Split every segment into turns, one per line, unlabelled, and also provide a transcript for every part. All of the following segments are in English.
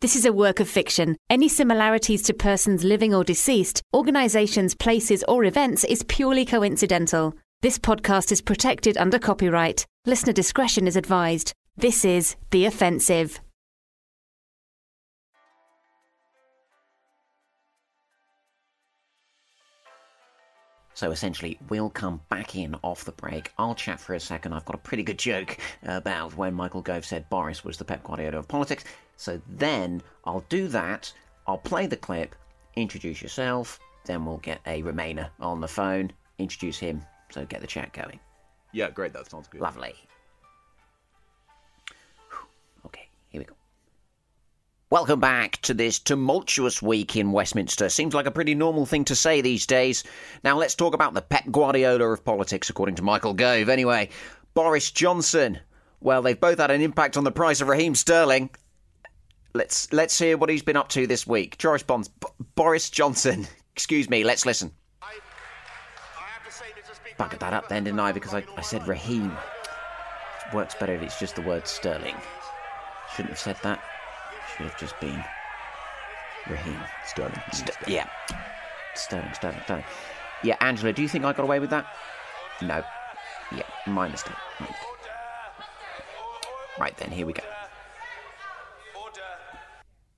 This is a work of fiction. Any similarities to persons living or deceased, organizations, places, or events is purely coincidental. This podcast is protected under copyright. Listener discretion is advised. This is The Offensive.
So essentially, we'll come back in off the break. I'll chat for a second. I've got a pretty good joke about when Michael Gove said Boris was the Pep Guardiola of politics. So then I'll do that. I'll play the clip, introduce yourself. Then we'll get a Remainer on the phone, introduce him. So get the chat going.
Yeah, great. That sounds good.
Lovely. Okay, here we go. Welcome back to this tumultuous week in Westminster. Seems like a pretty normal thing to say these days. Now let's talk about the Pep Guardiola of politics, according to Michael Gove. Anyway, Boris Johnson. Well, they've both had an impact on the price of Raheem Sterling. Let's let's hear what he's been up to this week. Joris Bonds, B- Boris Johnson. Excuse me. Let's listen. Buggered that up then, didn't I? Because I, I said Raheem. Works better if it's just the word Sterling. Shouldn't have said that. Should have just been Raheem.
Sterling.
St- yeah. Sterling, Sterling, Sterling. Yeah, Angela, do you think I got away with that? No. Yeah, my mistake. My mistake. Right then, here we go.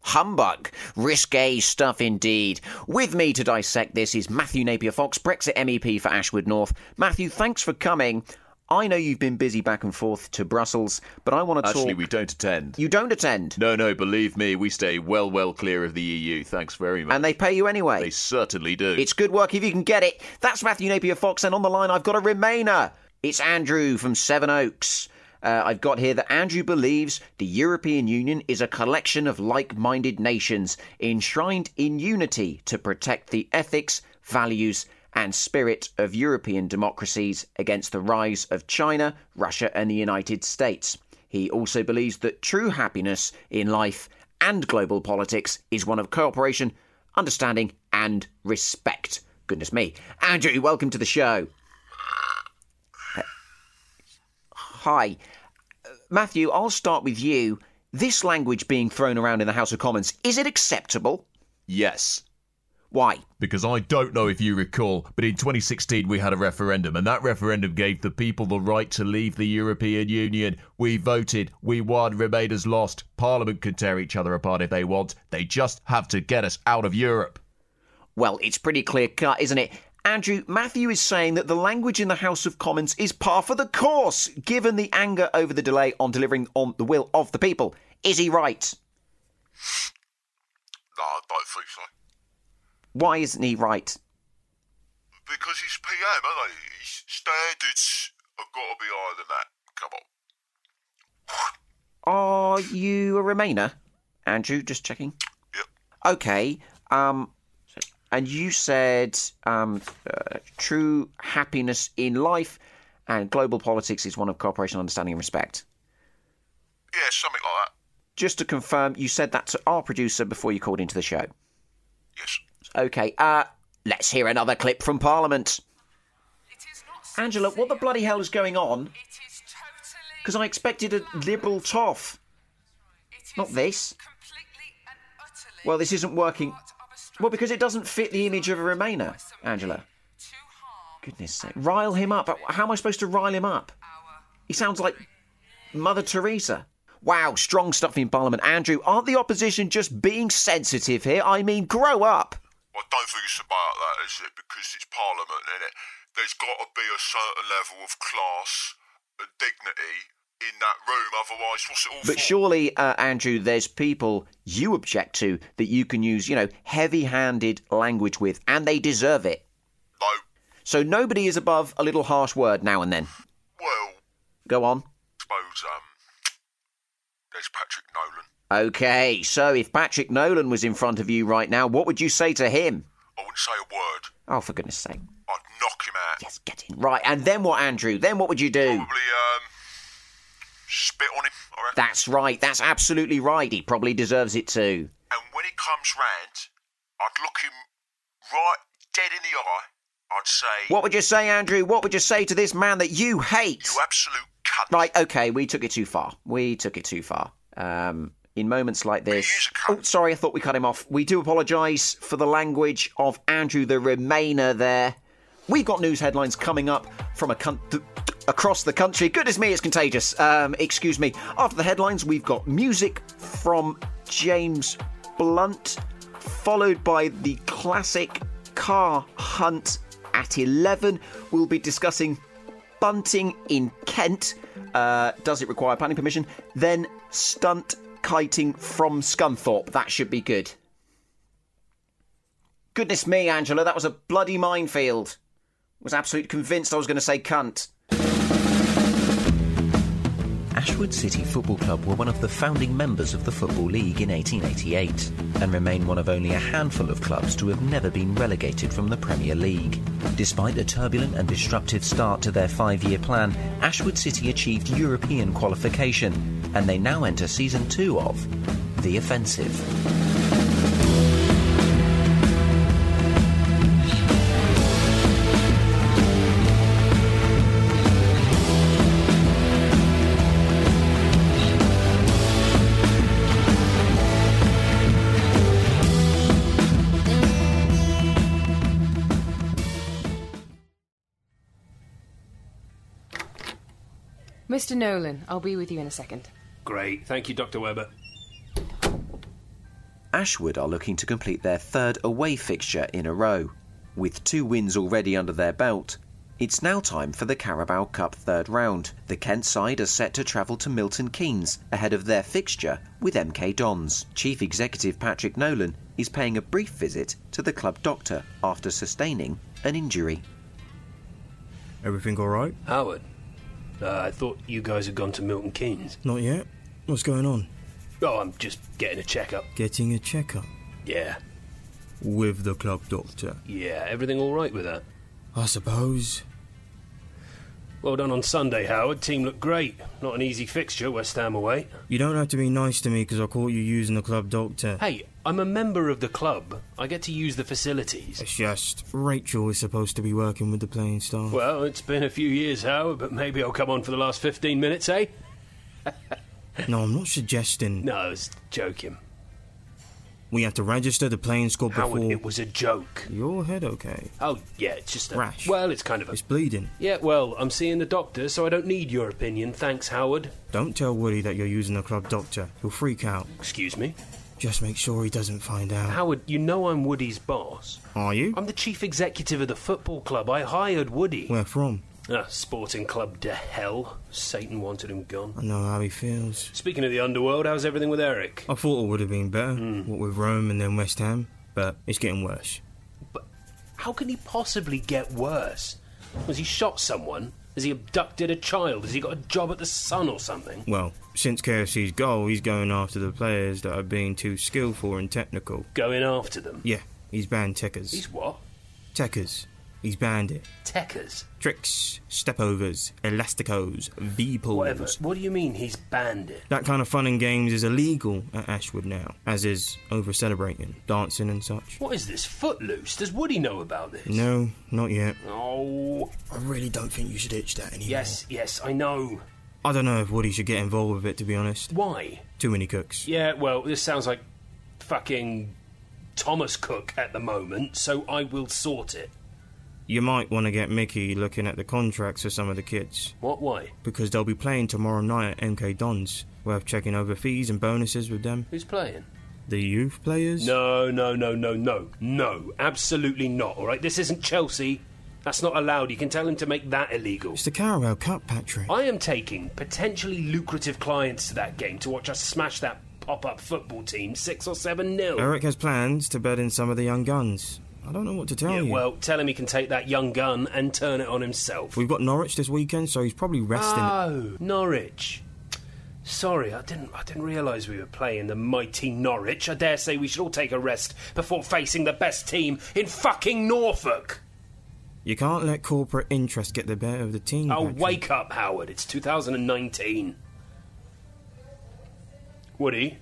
Humbug. Risque stuff indeed. With me to dissect this is Matthew Napier Fox, Brexit MEP for Ashwood North. Matthew, thanks for coming. I know you've been busy back and forth to Brussels, but I want to
Actually,
talk.
we don't attend.
You don't attend,
No, no, believe me, we stay well, well clear of the EU. Thanks very much.
and they pay you anyway.
They certainly do.
It's good work if you can get it. That's Matthew Napier Fox, and on the line I've got a remainer. It's Andrew from Seven Oaks. Uh, I've got here that Andrew believes the European Union is a collection of like minded nations enshrined in unity to protect the ethics, values, and spirit of European democracies against the rise of China, Russia, and the United States. He also believes that true happiness in life and global politics is one of cooperation, understanding, and respect. Goodness me. Andrew, welcome to the show. Hi. Uh, Matthew, I'll start with you. This language being thrown around in the House of Commons, is it acceptable?
yes.
Why?
Because I don't know if you recall, but in 2016 we had a referendum, and that referendum gave the people the right to leave the European Union. We voted, we won, Remainers lost. Parliament can tear each other apart if they want. They just have to get us out of Europe.
Well, it's pretty clear cut, isn't it? Andrew, Matthew is saying that the language in the House of Commons is par for the course, given the anger over the delay on delivering on the will of the people. Is he right?
No, I don't think so.
Why isn't he right?
Because he's PM, aren't he? His standards have got to be higher than that. Come on.
Are you a Remainer? Andrew, just checking.
Yep.
Okay. Um, and you said um, uh, true happiness in life and global politics is one of cooperation, understanding, and respect.
Yeah, something like that.
Just to confirm, you said that to our producer before you called into the show.
Yes.
Okay, uh, let's hear another clip from Parliament. Angela, what the bloody hell is going on? Because I expected a liberal toff. Not this. Well, this isn't working. Well, because it doesn't fit the image of a Remainer, Angela. Goodness sake. Rile him up. How am I supposed to rile him up? He sounds like Mother Teresa. Wow, strong stuff in Parliament. Andrew, aren't the opposition just being sensitive here? I mean, grow up.
I don't think it's about that, is it? Because it's Parliament, is it? There's got to be a certain level of class and dignity in that room, otherwise, what's it all
But
for?
surely, uh, Andrew, there's people you object to that you can use, you know, heavy handed language with, and they deserve it.
No.
So nobody is above a little harsh word now and then.
Well,
Go on.
suppose um, there's Patrick Nolan.
Okay, so if Patrick Nolan was in front of you right now, what would you say to him?
I wouldn't say a word.
Oh, for goodness sake.
I'd knock him out.
Yes, get in. Right, and then what, Andrew? Then what would you do?
Probably um, spit on him. I reckon.
That's right, that's absolutely right. He probably deserves it too.
And when he comes round, I'd look him right dead in the eye. I'd say,
What would you say, Andrew? What would you say to this man that you hate?
"You absolute cunt."
Right, okay, we took it too far. We took it too far. Um, in moments like this.
But he is a
Oh,
cunt.
sorry, I thought we cut him off. We do apologise for the language of Andrew the Remainer there. We've got news headlines coming up from a cunt. Th- Across the country. Goodness me, it's contagious. Um, excuse me. After the headlines, we've got music from James Blunt, followed by the classic car hunt at 11. We'll be discussing bunting in Kent. Uh, does it require planning permission? Then stunt kiting from Scunthorpe. That should be good. Goodness me, Angela, that was a bloody minefield. Was absolutely convinced I was going to say cunt.
Ashwood City Football Club were one of the founding members of the Football League in 1888 and remain one of only a handful of clubs to have never been relegated from the Premier League. Despite a turbulent and disruptive start to their five year plan, Ashwood City achieved European qualification and they now enter season two of The Offensive.
Mr. Nolan, I'll be with you in a second.
Great. Thank you, Dr. Weber.
Ashwood are looking to complete their third away fixture in a row. With two wins already under their belt, it's now time for the Carabao Cup third round. The Kent side are set to travel to Milton Keynes ahead of their fixture with MK Dons. Chief Executive Patrick Nolan is paying a brief visit to the club doctor after sustaining an injury.
Everything alright?
Howard, uh, I thought you guys had gone to Milton Keynes.
Not yet. What's going on?
Oh, I'm just getting a checkup.
Getting a checkup.
Yeah,
With the club doctor.
yeah. Everything all right with that?
I suppose.
Well done on Sunday, Howard. Team looked great. Not an easy fixture, West Ham away.
You don't have to be nice to me because I caught you using the club doctor.
Hey, I'm a member of the club. I get to use the facilities.
It's just Rachel is supposed to be working with the playing staff.
Well, it's been a few years, Howard, but maybe I'll come on for the last 15 minutes, eh?
No, I'm not suggesting
No, I was joking.
we have to register the playing squad
Howard,
before.
it was a joke.
Your head okay?
Oh, yeah, it's just a.
Rash.
Well, it's kind of a.
It's bleeding.
Yeah, well, I'm seeing the doctor, so I don't need your opinion. Thanks, Howard.
Don't tell Woody that you're using the club doctor. He'll freak out.
Excuse me.
Just make sure he doesn't find out.
Howard, you know I'm Woody's boss.
Are you?
I'm the chief executive of the football club. I hired Woody.
Where from?
Ah, sporting club to hell. Satan wanted him gone.
I know how he feels.
Speaking of the underworld, how's everything with Eric?
I thought it would have been better, what with Rome and then West Ham, but it's getting worse.
But how can he possibly get worse? Has he shot someone? Has he abducted a child? Has he got a job at the Sun or something?
Well, since KFC's goal, he's going after the players that are being too skillful and technical.
Going after them.
Yeah, he's banned techers.
He's what?
Techers. He's banned it.
Techers.
Tricks, stepovers, elasticos, V
Whatever.
pulls.
What do you mean he's banned it?
That kind of fun and games is illegal at Ashwood now, as is over celebrating, dancing and such.
What is this? Footloose? Does Woody know about this?
No, not yet.
Oh,
I really don't think you should itch that anymore.
yes, yes, I know.
I don't know if Woody should get involved with it, to be honest.
Why?
Too many cooks.
Yeah, well, this sounds like fucking Thomas Cook at the moment, so I will sort it.
You might want to get Mickey looking at the contracts for some of the kids.
What way?
Because they'll be playing tomorrow night at MK Dons. Worth checking over fees and bonuses with them.
Who's playing?
The youth players?
No, no, no, no, no, no. Absolutely not, all right? This isn't Chelsea. That's not allowed. You can tell him to make that illegal.
It's the Carabao Cup, Patrick.
I am taking potentially lucrative clients to that game to watch us smash that pop up football team 6 or 7 nil.
Eric has plans to bet in some of the young guns. I don't know what to tell
Yeah,
you.
well, tell him he can take that young gun and turn it on himself.
We've got Norwich this weekend, so he's probably resting.
Oh, Norwich. Sorry, I didn't. I didn't realise we were playing the mighty Norwich. I dare say we should all take a rest before facing the best team in fucking Norfolk.
You can't let corporate interest get the better of the team.
Oh,
Patrick.
wake up, Howard! It's 2019. Woody.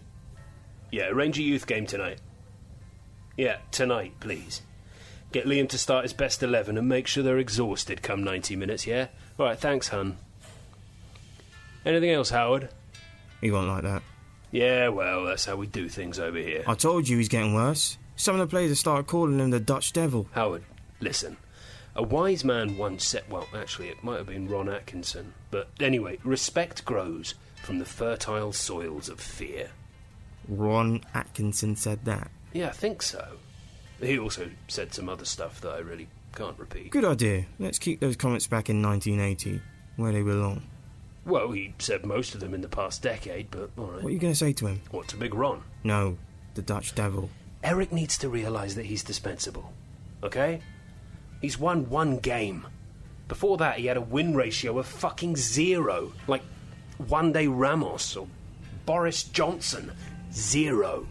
Yeah, arrange a youth game tonight. Yeah, tonight, please. Get Liam to start his best eleven and make sure they're exhausted come 90 minutes. Yeah. All right. Thanks, hun. Anything else, Howard?
He won't like that.
Yeah, well, that's how we do things over here.
I told you he's getting worse. Some of the players have started calling him the Dutch Devil.
Howard, listen. A wise man once said, well, actually, it might have been Ron Atkinson, but anyway, respect grows from the fertile soils of fear.
Ron Atkinson said that.
Yeah, I think so. He also said some other stuff that I really can't repeat.
Good idea. Let's keep those comments back in 1980, where they belong.
Well, he said most of them in the past decade, but alright.
What are you going to say to him?
What's a big Ron?
No, the Dutch Devil.
Eric needs to realise that he's dispensable. Okay? He's won one game. Before that, he had a win ratio of fucking zero. Like one day Ramos or Boris Johnson. Zero.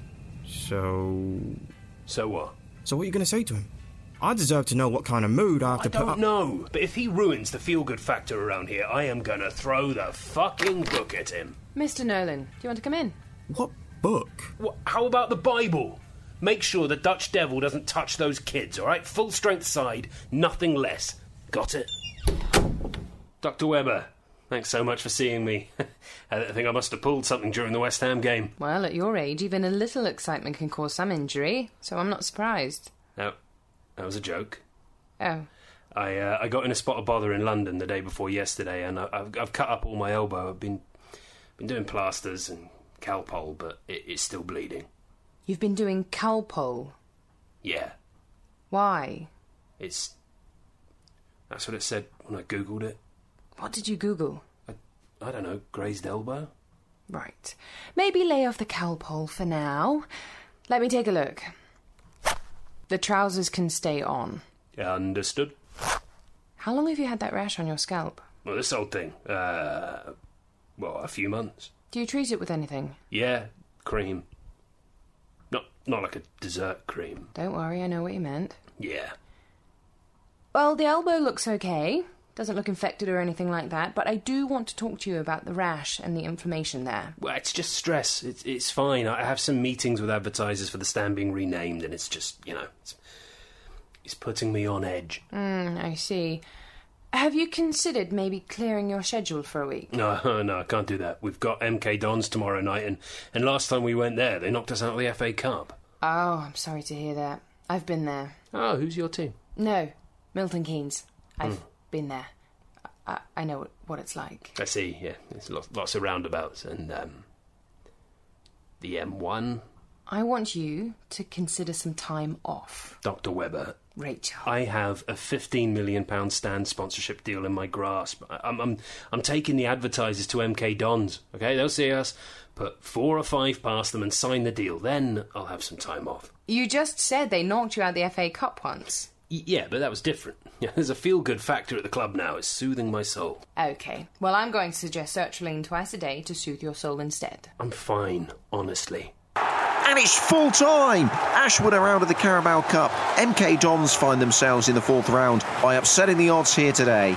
So.
So what?
So, what are you going to say to him? I deserve to know what kind of mood I have
I
to put
don't
up.
know, but if he ruins the feel good factor around here, I am gonna throw the fucking book at him.
Mr. Nolan, do you want to come in?
What book?
Wha how about the Bible? Make sure the Dutch devil doesn't touch those kids, alright? Full strength side, nothing less. Got it? Dr. Weber, thanks so much for seeing me. I think I must have pulled something during the West Ham game.
Well, at your age, even a little excitement can cause some injury, so I'm not surprised.
No, that was a joke.
Oh,
I uh, I got in a spot of bother in London the day before yesterday, and I, I've I've cut up all my elbow. I've been been doing plasters and calpol, but it, it's still bleeding.
you've been doing calpol.
Yeah,
Why?
it's that's what it said when I googled it.
What did you Google?
I don't know, grazed elbow.
Right. Maybe lay off the calpol for now. Let me take a look. The trousers can stay on.
Understood.
How long have you had that rash on your scalp?
Well, this old thing. Uh, well, a few months.
Do you treat it with anything?
Yeah, cream. Not not like a dessert cream.
Don't worry, I know what you meant.
Yeah.
Well, the elbow looks okay. Doesn't look infected or anything like that, but I do want to talk to you about the rash and the inflammation there.
Well, it's just stress. It's, it's fine. I have some meetings with advertisers for the stand being renamed, and it's just, you know, it's, it's putting me on edge.
Mm, I see. Have you considered maybe clearing your schedule for a week?
No, no, I can't do that. We've got MK Dons tomorrow night, and, and last time we went there, they knocked us out of the FA Cup.
Oh, I'm sorry to hear that. I've been there.
Oh, who's your team?
No, Milton Keynes. I've been there. I, I know what, what it's like.
I see, yeah. There's lots, lots of roundabouts, and um, the M1,
I want you to consider some time off,
Dr. Weber.
Rachel.
I have a fifteen million pound stand sponsorship deal in my grasp. I- I'm, I'm, I'm taking the advertisers to MK Dons. Okay, they'll see us. Put four or five past them and sign the deal. Then I'll have some time off.
You just said they knocked you out of the FA Cup once.
Y- yeah, but that was different. Yeah, there's a feel-good factor at the club now. It's soothing my soul.
Okay, well, I'm going to suggest sertraline twice a day to soothe your soul instead.
I'm fine, honestly.
And it's full time. Ashwood are out of the Carabao Cup. MK Dons find themselves in the fourth round by upsetting the odds here today.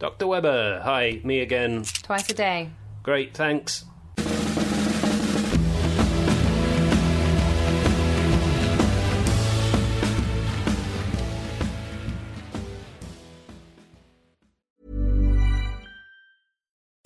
Dr. Weber, hi, me again.
Twice a day.
Great, thanks.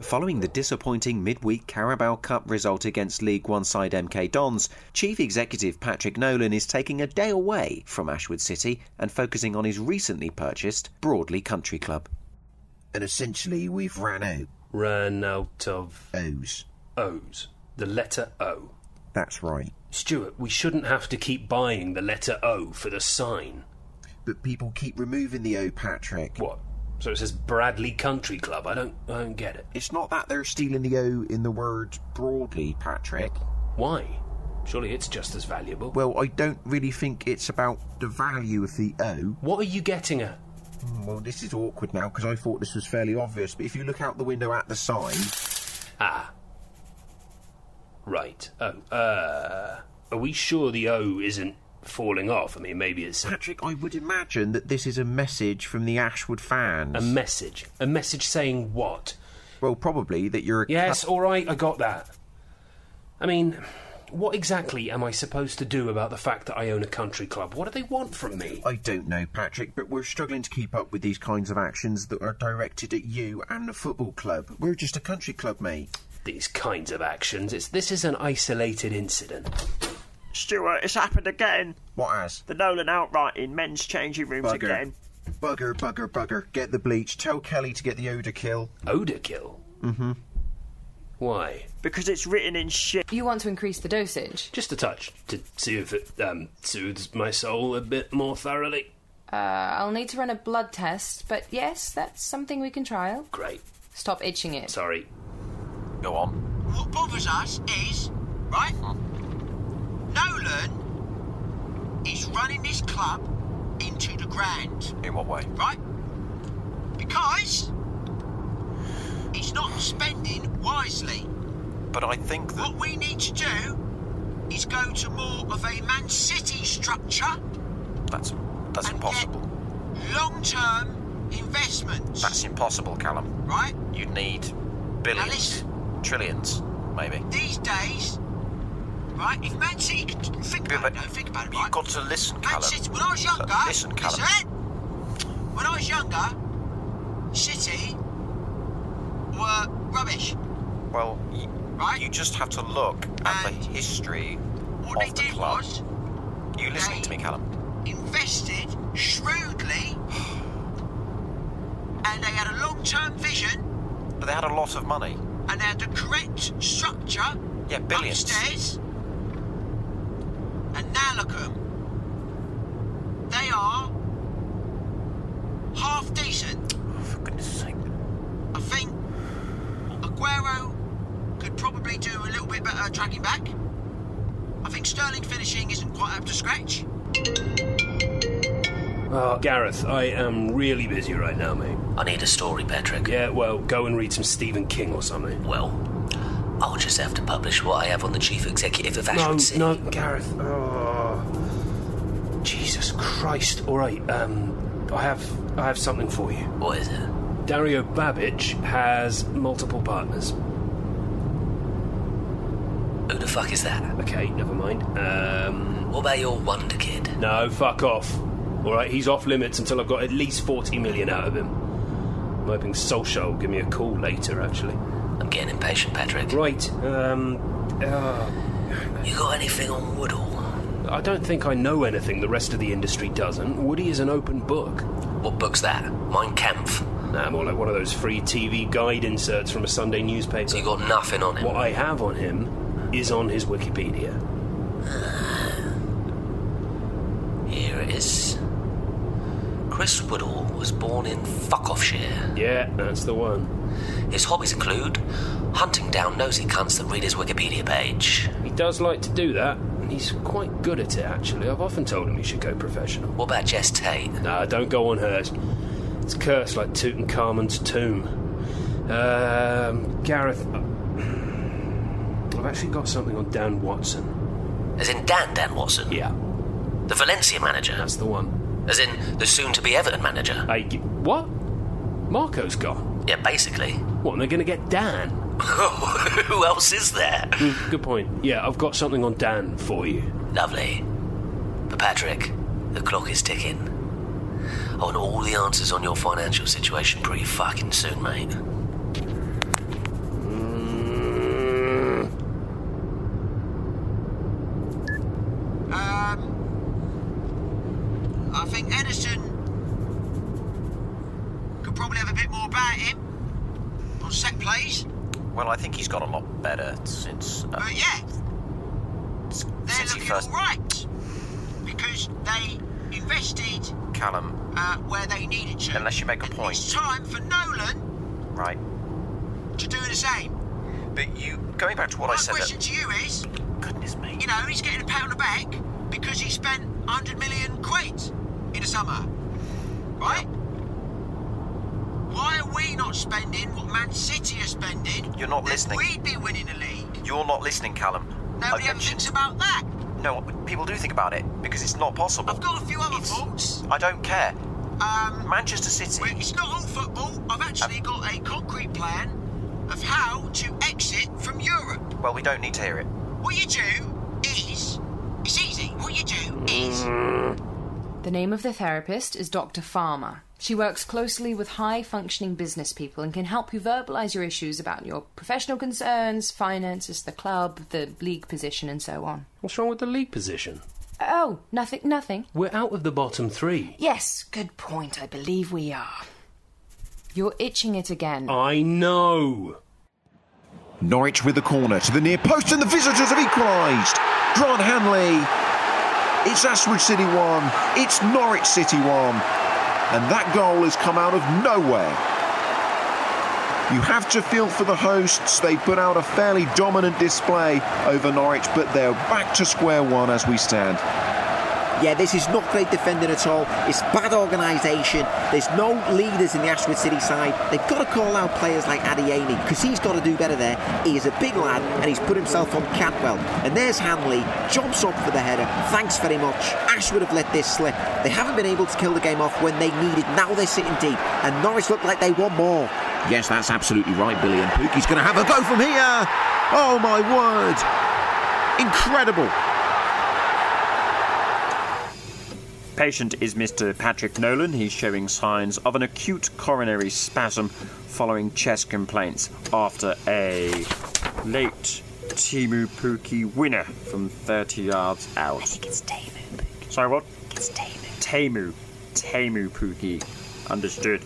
Following the disappointing midweek Carabao Cup result against League One side MK Dons, Chief Executive Patrick Nolan is taking a day away from Ashwood City and focusing on his recently purchased Broadley Country Club.
And essentially, we've ran out.
Ran out of
O's.
O's. The letter O.
That's right.
Stuart, we shouldn't have to keep buying the letter O for the sign.
But people keep removing the O, Patrick.
What? So it says Bradley Country Club. I don't, I don't get it.
It's not that they're stealing the O in the word broadly, Patrick.
Why? Surely it's just as valuable.
Well, I don't really think it's about the value of the O.
What are you getting at?
Hmm, Well, this is awkward now because I thought this was fairly obvious, but if you look out the window at the sign.
Ah. Right. Oh, uh. Are we sure the O isn't falling off? I mean, maybe it's.
Patrick, I would imagine that this is a message from the Ashwood fans.
Um,
A message. A message saying what?
Well, probably that you're a.
Yes, all right, I got that. I mean, what exactly am I supposed to do about the fact that I own a country club? What do they want from me?
I don't know, Patrick, but we're struggling to keep up with these kinds of actions that are directed at you and the football club. We're just a country club, mate.
These kinds of actions. It's this is an isolated incident.
Stuart, it's happened again.
What has?
The Nolan outright in men's changing rooms
Bugger.
again.
Bugger, bugger, bugger. Get the bleach. Tell Kelly to get the odor kill.
Odor kill?
Mm-hmm.
Why?
Because it's written in shit.
You want to increase the dosage?
Just a touch to see if it um, soothes my soul a bit more thoroughly.
Uh, I'll need to run a blood test, but yes, that's something we can trial.
Great.
Stop itching it.
Sorry.
Go on. Mm,
What bothers us is, right? Nolan is running this club into the ground,
In what way?
right? Because he's not spending wisely.
But I think that.
What we need to do is go to more of a Man City structure,
That's. That's impossible.
long term investments,
That's impossible, Callum.
right?
You'd need billions, trillions, maybe.
These days, right? If Man City could think about it, no, think about it, right?
You've got to listen,
Man
Callum.
City, when I was
Look,
younger,
Listen, Callum.
listen, when I was younger, City were rubbish.
Well, y- you just have to look at the history
What
of
they
the
did
club.
was
You listening to me, Callum?
invested shrewdly, and they had a long-term vision,
But they had a lot of money.
and they had the correct structure
Yeah, billions.
upstairs. And now look at 'em. They are half decent.
Oh, For goodness sake.
I think Aguero could probably do a little bit better tracking back. I think Sterling finishing isn't quite up to scratch.
Ah, Gareth, I am really busy right now, mate.
I need a story, Patrick.
Yeah, well, go and read some Stephen King or something.
Well, I'll just have to publish what I have on the chief executive of Ashwood
No,
City.
no, Gareth. Oh. Jesus Christ. All right, um, I have, I have something for you.
What is it?
Dario Babic has multiple partners.
Who the fuck is that?
Okay, never mind. Um,
What about your wonder kid?
no, fuck off. All right, he's off limits until I've got at least 40 million out of him. I'm hoping Solskjaer will give me a call later, actually.
I'm getting impatient, Patrick.
Right, um, uh,
You got anything on Woodall?
I don't think I know anything the rest of the industry doesn't. Woody is an open book.
What book's that? Mein Kampf.
Nah, more like one of those free TV guide inserts from a Sunday newspaper.
So you got nothing on him?
What I have on him is on his Wikipedia.
Here it is. Chris Woodall was born in Fuckoffshire.
Yeah, that's the one.
His hobbies include hunting down nosy cunts that read his Wikipedia page.
He does like to do that, and he's quite good at it, actually. I've often told him he should go professional.
What about Jess Tate?
Nah, don't go on hers. It's cursed like Tutankhamun's tomb. Um, Gareth. I've actually got something on Dan Watson.
As in Dan Dan Watson?
Yeah.
The Valencia manager? That's
the one.
As in the soon to be Everton manager?
Hey, what? Marco's gone.
Yeah, basically.
What, and they're going to get Dan?
Who else is there?
Mm, good point. Yeah, I've got something on Dan for you.
Lovely. But Patrick, the clock is ticking. I want all the answers on your financial situation pretty fucking soon, mate.
Um, I think Edison could probably have a bit more about him on set plays.
Well, I think he's got a lot better since. Uh,
But yeah, they're
since he
looking
first.
all right because they invested
Callum,
uh, where they needed to.
unless you make a
It's
point,
time for Nolan
right?
to do the same.
But you, going back to what
My
I said,
question
that,
to you is, goodness me, you know he's getting a pound a back because he spent 100 million quid in the summer, right? Why are we not spending what Man City are spending?
You're not
Then
listening.
We'd be winning the league.
you're not listening, Callum.
Nobody ever thinks about that.
No, people do think about it because it's not possible. I've
got a few other thoughts.
I don't care.
Um,
Manchester City. Uh,
it's not all football. I've actually got a concrete plan of how to exit from Europe.
Well, we don't need to hear it.
What you do is, it's easy. What you do is.
The name of the therapist is Dr. Farmer. She works closely with high functioning business people and can help you verbalize your issues about your professional concerns, finances, the club, the league position, and so on.
What's wrong with the league position?
Oh, nothing, nothing.
We're out of the bottom three.
Yes, good point. I believe we are. You're itching it again.
I know.
Norwich with the corner to the near post, and the visitors have equalised. Grant Hanley. It's Ashwood City 1, it's Norwich City 1, and that goal has come out of nowhere. You have to feel for the hosts. They put out a fairly dominant display over Norwich, but they're back to square one as we stand.
Yeah, this is not great defending at all. It's bad organisation. There's no leaders in the Ashwood City side. They've got to call out players like Adiemi because he's got to do better there. He is a big lad and he's put himself on Cadwell. And there's Hanley, jumps up for the header. Thanks very much. Ashwood have let this slip. They haven't been able to kill the game off when they needed. Now they're sitting deep and Norwich look like they want more.
Yes, that's absolutely right, Billy. And Pookie's going to have a go from here. Oh, my word. Incredible.
Patient is Mr. Patrick Nolan. He's showing signs of an acute coronary spasm following chest complaints after a late Timu Puki winner from 30 yards out. I think it's Temu Puki. Sorry, what? It's Temu. Temu. Temu Puki. Understood.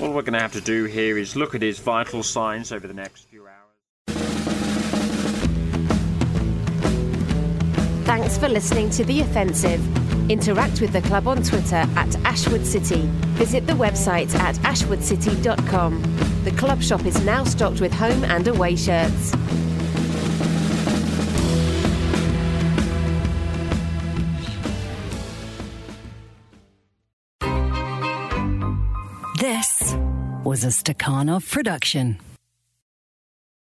All we're going to have to do here is look at his vital signs over the next few hours.
Thanks for listening to The Offensive. Interact with the club on Twitter at Ashwood City. Visit the website at ashwoodcity.com. The club shop is now stocked with home and away shirts.
This was a Stakhanov production.